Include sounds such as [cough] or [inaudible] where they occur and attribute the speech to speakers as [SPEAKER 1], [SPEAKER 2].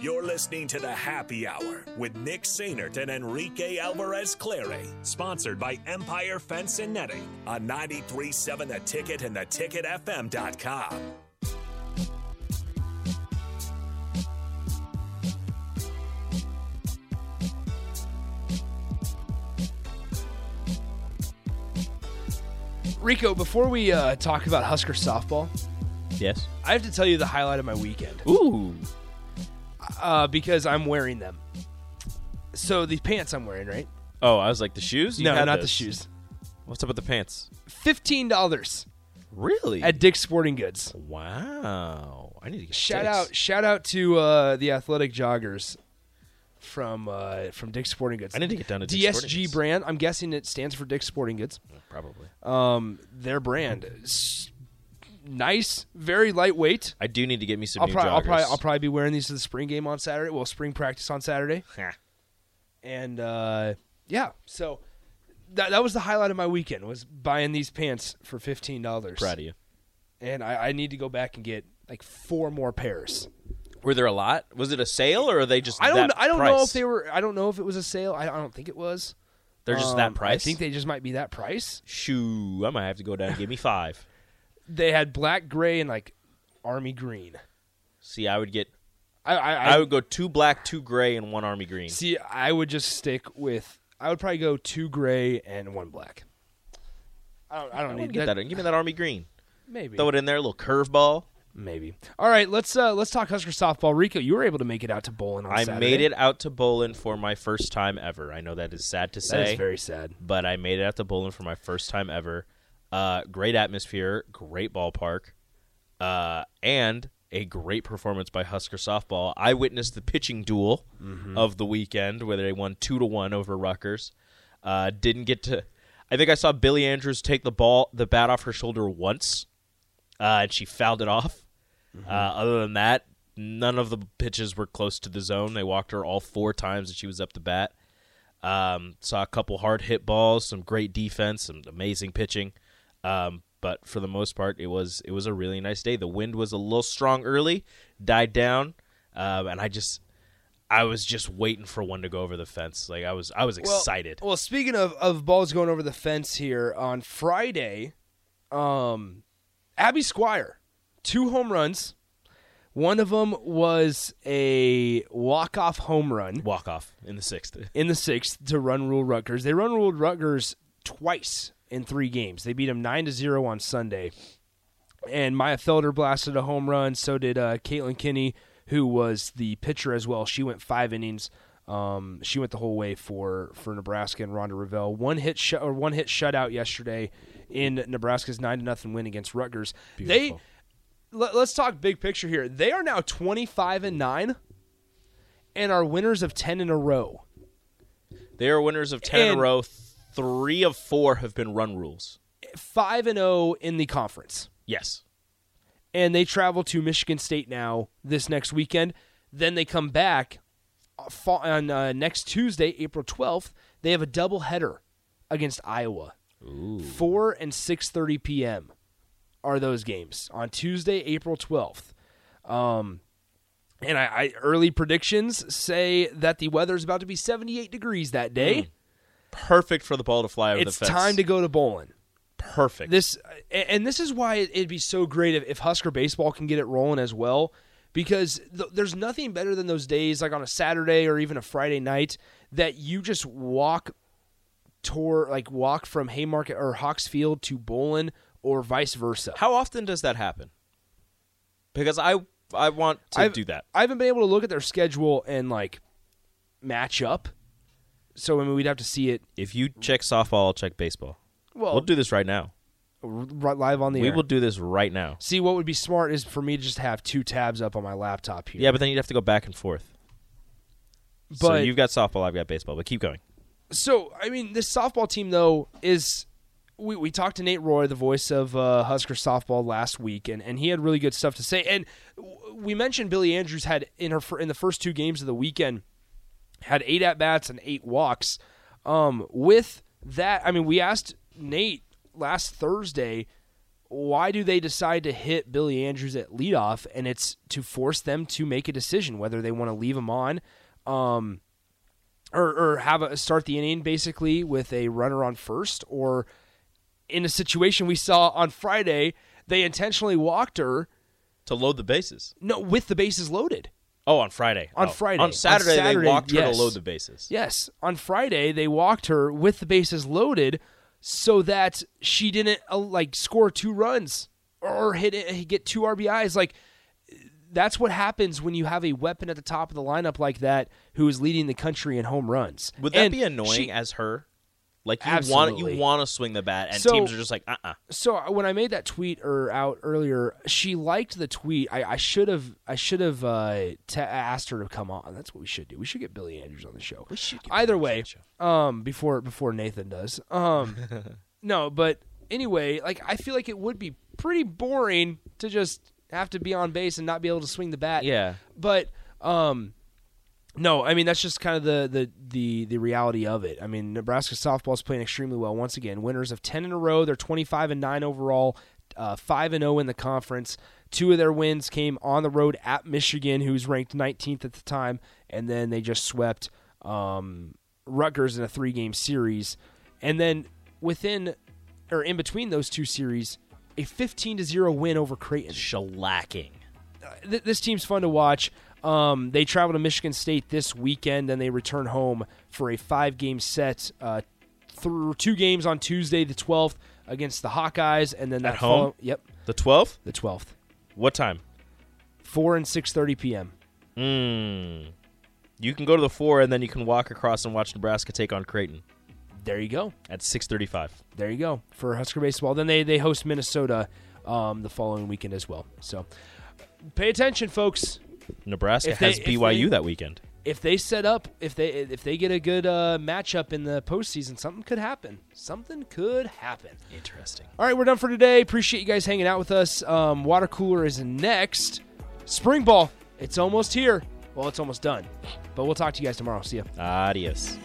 [SPEAKER 1] You're listening to The Happy Hour with Nick Sainert and Enrique Alvarez Clary, sponsored by Empire Fence and Netting on 937 The Ticket and theticketfm.com.
[SPEAKER 2] Rico, before we uh, talk about Husker softball,
[SPEAKER 3] Yes.
[SPEAKER 2] I have to tell you the highlight of my weekend
[SPEAKER 3] Ooh.
[SPEAKER 2] uh, because I'm wearing them. So the pants I'm wearing, right?
[SPEAKER 3] Oh, I was like the shoes. You
[SPEAKER 2] no,
[SPEAKER 3] had
[SPEAKER 2] not the
[SPEAKER 3] those.
[SPEAKER 2] shoes.
[SPEAKER 3] What's up with the pants?
[SPEAKER 2] Fifteen dollars
[SPEAKER 3] Really?
[SPEAKER 2] at Dick's Sporting Goods.
[SPEAKER 3] wow. I need to get
[SPEAKER 2] Shout
[SPEAKER 3] dicks.
[SPEAKER 2] out! Shout out to uh, the athletic joggers from uh, from Dick's Sporting Goods.
[SPEAKER 3] I need to get down to Dick's Sporting
[SPEAKER 2] DSG
[SPEAKER 3] Goods.
[SPEAKER 2] brand. I'm guessing it stands for Dick's Sporting Goods.
[SPEAKER 3] Probably.
[SPEAKER 2] Um, their brand, is nice, very lightweight.
[SPEAKER 3] I do need to get me some
[SPEAKER 2] I'll
[SPEAKER 3] new
[SPEAKER 2] probably, I'll
[SPEAKER 3] joggers.
[SPEAKER 2] probably I'll probably be wearing these to the spring game on Saturday. Well, spring practice on
[SPEAKER 3] [laughs]
[SPEAKER 2] Saturday, and uh, yeah. So that that was the highlight of my weekend was buying these pants for fifteen dollars.
[SPEAKER 3] Proud of you.
[SPEAKER 2] And I, I need to go back and get like four more pairs.
[SPEAKER 3] Were there a lot? Was it a sale or are they just
[SPEAKER 2] I don't
[SPEAKER 3] that
[SPEAKER 2] I don't know
[SPEAKER 3] price?
[SPEAKER 2] if they were I don't know if it was a sale. I, I don't think it was.
[SPEAKER 3] They're just
[SPEAKER 2] Um,
[SPEAKER 3] that price.
[SPEAKER 2] I think they just might be that price.
[SPEAKER 3] Shoo! I might have to go down and give me five.
[SPEAKER 2] They had black, gray, and like army green.
[SPEAKER 3] See, I would get.
[SPEAKER 2] I I, I,
[SPEAKER 3] I would go two black, two gray, and one army green.
[SPEAKER 2] see. I would just stick with. I would probably go two gray and one black. I don't. I don't
[SPEAKER 3] I
[SPEAKER 2] need
[SPEAKER 3] wouldn't get that. Give me that army green.
[SPEAKER 2] Maybe.
[SPEAKER 3] Throw it in there, a little curveball.
[SPEAKER 2] Maybe. All right, let's uh let's talk Husker softball. Rico, you were able to make it out to bowling on
[SPEAKER 3] I
[SPEAKER 2] Saturday.
[SPEAKER 3] made it out to Bolin for my first time ever. I know that is sad to say.
[SPEAKER 2] That is very sad.
[SPEAKER 3] but I made it out to Bowling for my first time ever. Uh, great atmosphere, great ballpark, uh, and a great performance by Husker softball. I witnessed the pitching duel
[SPEAKER 2] Mm-hmm.
[SPEAKER 3] of the weekend where they won two to one over Rutgers. Uh, didn't get to. I think I saw Billy Andrews take the ball, the bat off her shoulder once, uh, and she fouled it off. Uh, other than that, none of the pitches were close to the zone. They walked her all four times, and she was up the bat. Um, saw a couple hard hit balls, some great defense, some amazing pitching. Um, but for the most part, it was it was a really nice day. The wind was a little strong early, died down, um, and I just I was just waiting for one to go over the fence. Like I was I was excited.
[SPEAKER 2] Well, speaking of, of balls going over the fence here on Friday, um, Abby Squire, two home runs. One of them was a walk off home run
[SPEAKER 3] Walk off in the sixth.
[SPEAKER 2] in the sixth to run rule Rutgers. They run ruled Rutgers twice in three games. They beat them nine to zero on Sunday, and Maya Felder blasted a home run. So did uh, Caitlin Kinney, who was the pitcher as well. She went five innings. Um, she went the whole way for for Nebraska and Rhonda Ravel. One hit sh- or one hit shutout yesterday in Nebraska's nine to nothing win against Rutgers.
[SPEAKER 3] Beautiful.
[SPEAKER 2] They let, let's talk big picture here. They are now twenty five and nine, and are winners of ten in a row.
[SPEAKER 3] They are winners of ten in
[SPEAKER 2] And-
[SPEAKER 3] a row. Three of four have been run rules.
[SPEAKER 2] five and zero in the conference,
[SPEAKER 3] Yes.
[SPEAKER 2] and they travel to Michigan State now this next weekend. Then they come back uh, fa- on uh, next Tuesday, April twelfth. They have a doubleheader against Iowa, four and six thirty p.m. are those games on Tuesday, April twelfth. Um, and I, I early predictions say that the weather is about to be seventy eight degrees that day.
[SPEAKER 3] Perfect for the ball to fly over
[SPEAKER 2] It's
[SPEAKER 3] Mm. the fence.
[SPEAKER 2] time to go to bowling.
[SPEAKER 3] perfect.
[SPEAKER 2] This a- and this is why it'd be so great if, if Husker baseball can get it rolling as well, because th- there's nothing better than those days like on a Saturday or even a Friday night that you just walk tour like walk from Haymarket or Hawks Field to Bolin or vice versa.
[SPEAKER 3] How often does that happen? Because I I want to
[SPEAKER 2] I've-
[SPEAKER 3] do that.
[SPEAKER 2] I haven't been able to look at their schedule and like match up, so I mean we'd have to see it
[SPEAKER 3] If you check softball, I'll check baseball.
[SPEAKER 2] Well-
[SPEAKER 3] we'll do this right now.
[SPEAKER 2] r- right live on the
[SPEAKER 3] We
[SPEAKER 2] air.
[SPEAKER 3] will do this right now.
[SPEAKER 2] see what would be smart is for me to just have two tabs up on my laptop here.
[SPEAKER 3] Yeah, but then you'd have to go back and forth.
[SPEAKER 2] but
[SPEAKER 3] so you've got softball, I've got baseball, but keep going.
[SPEAKER 2] so I mean, this softball team though is we, we talked to Nate Roy, the voice of uh, Husker softball last week, and, and he had really good stuff to say. And w- we mentioned Billy Andrews had in her fir- in the first two games of the weekend had eight at bats and eight walks. Um, with that, I mean, we asked Nate last Thursday why do they decide to hit Billy Andrews at leadoff? And it's to force them to make a decision whether they want to leave him on, um, or or have a start the inning basically with a runner on first, or in a situation we saw on Friday, they intentionally walked her.
[SPEAKER 3] to load the bases.
[SPEAKER 2] No, with the bases loaded.
[SPEAKER 3] Oh, on Friday.
[SPEAKER 2] On
[SPEAKER 3] Oh.
[SPEAKER 2] Friday.
[SPEAKER 3] On
[SPEAKER 2] On
[SPEAKER 3] Saturday,
[SPEAKER 2] Saturday,
[SPEAKER 3] they walked her
[SPEAKER 2] yes.
[SPEAKER 3] to load the bases.
[SPEAKER 2] Yes, on Friday they walked her with the bases loaded, so that she didn't uh, like score two runs or hit it, get two RBIs. Like that's what happens when you have a weapon at the top of the lineup like that, who is leading the country in home runs.
[SPEAKER 3] Would that
[SPEAKER 2] And
[SPEAKER 3] be annoying
[SPEAKER 2] she-
[SPEAKER 3] as her? Like you want
[SPEAKER 2] Absolutely.
[SPEAKER 3] you want to swing the bat, and
[SPEAKER 2] So-
[SPEAKER 3] teams are just like, uh, uh
[SPEAKER 2] so when I made that tweet or out earlier, she liked the tweet. I, I should have I should have uh, ta asked her to come on. That's what we should do. We should get Billy Andrews on the show. We
[SPEAKER 3] should get
[SPEAKER 2] Either
[SPEAKER 3] Billy
[SPEAKER 2] way,
[SPEAKER 3] Andrews on
[SPEAKER 2] um, before before Nathan does.
[SPEAKER 3] [laughs]
[SPEAKER 2] Um, no, but anyway, like I feel like it would be pretty boring to just have to be on base and not be able to swing the bat.
[SPEAKER 3] Yeah.
[SPEAKER 2] But um, no, I mean that's just kind of the the the the reality of it. I mean Nebraska softball is playing extremely well once again. Winners of ten in a row. They're twenty five and nine overall, uh, five and zero in the conference. Two of their wins came on the road at Michigan, who's ranked nineteenth at the time, and then they just swept um, Rutgers in a three game series. And then within or in between those two series, a fifteen to zero win over Creighton
[SPEAKER 3] shellacking.
[SPEAKER 2] th- this team's fun to watch. Um, they travel to Michigan State this weekend, then they return home for a five-game set. Uh, through two games on Tuesday, the twelfth, against the Hawkeyes, and then that
[SPEAKER 3] At home?
[SPEAKER 2] follow- yep,
[SPEAKER 3] The 12th?
[SPEAKER 2] the twelfth,
[SPEAKER 3] What time?
[SPEAKER 2] four and six thirty p.m.
[SPEAKER 3] Mm. You can go to the four, and then you can walk across and watch Nebraska take on Creighton
[SPEAKER 2] There you go.
[SPEAKER 3] at 6:35.
[SPEAKER 2] There you go for Husker baseball. Then they they host Minnesota um, the following weekend as well. So pay attention, folks.
[SPEAKER 3] Nebraska
[SPEAKER 2] If they-
[SPEAKER 3] has
[SPEAKER 2] if
[SPEAKER 3] BYU
[SPEAKER 2] they-
[SPEAKER 3] that weekend.
[SPEAKER 2] If they set up, if they if they get a good uh, matchup in the postseason, something could happen. Something could happen.
[SPEAKER 3] Interesting.
[SPEAKER 2] All right, we're done for today. Appreciate you guys hanging out with us. Um, water cooler is next. Spring ball, it's almost here. Well, it's almost done. But we'll talk to you guys tomorrow. See ya.
[SPEAKER 3] Adios.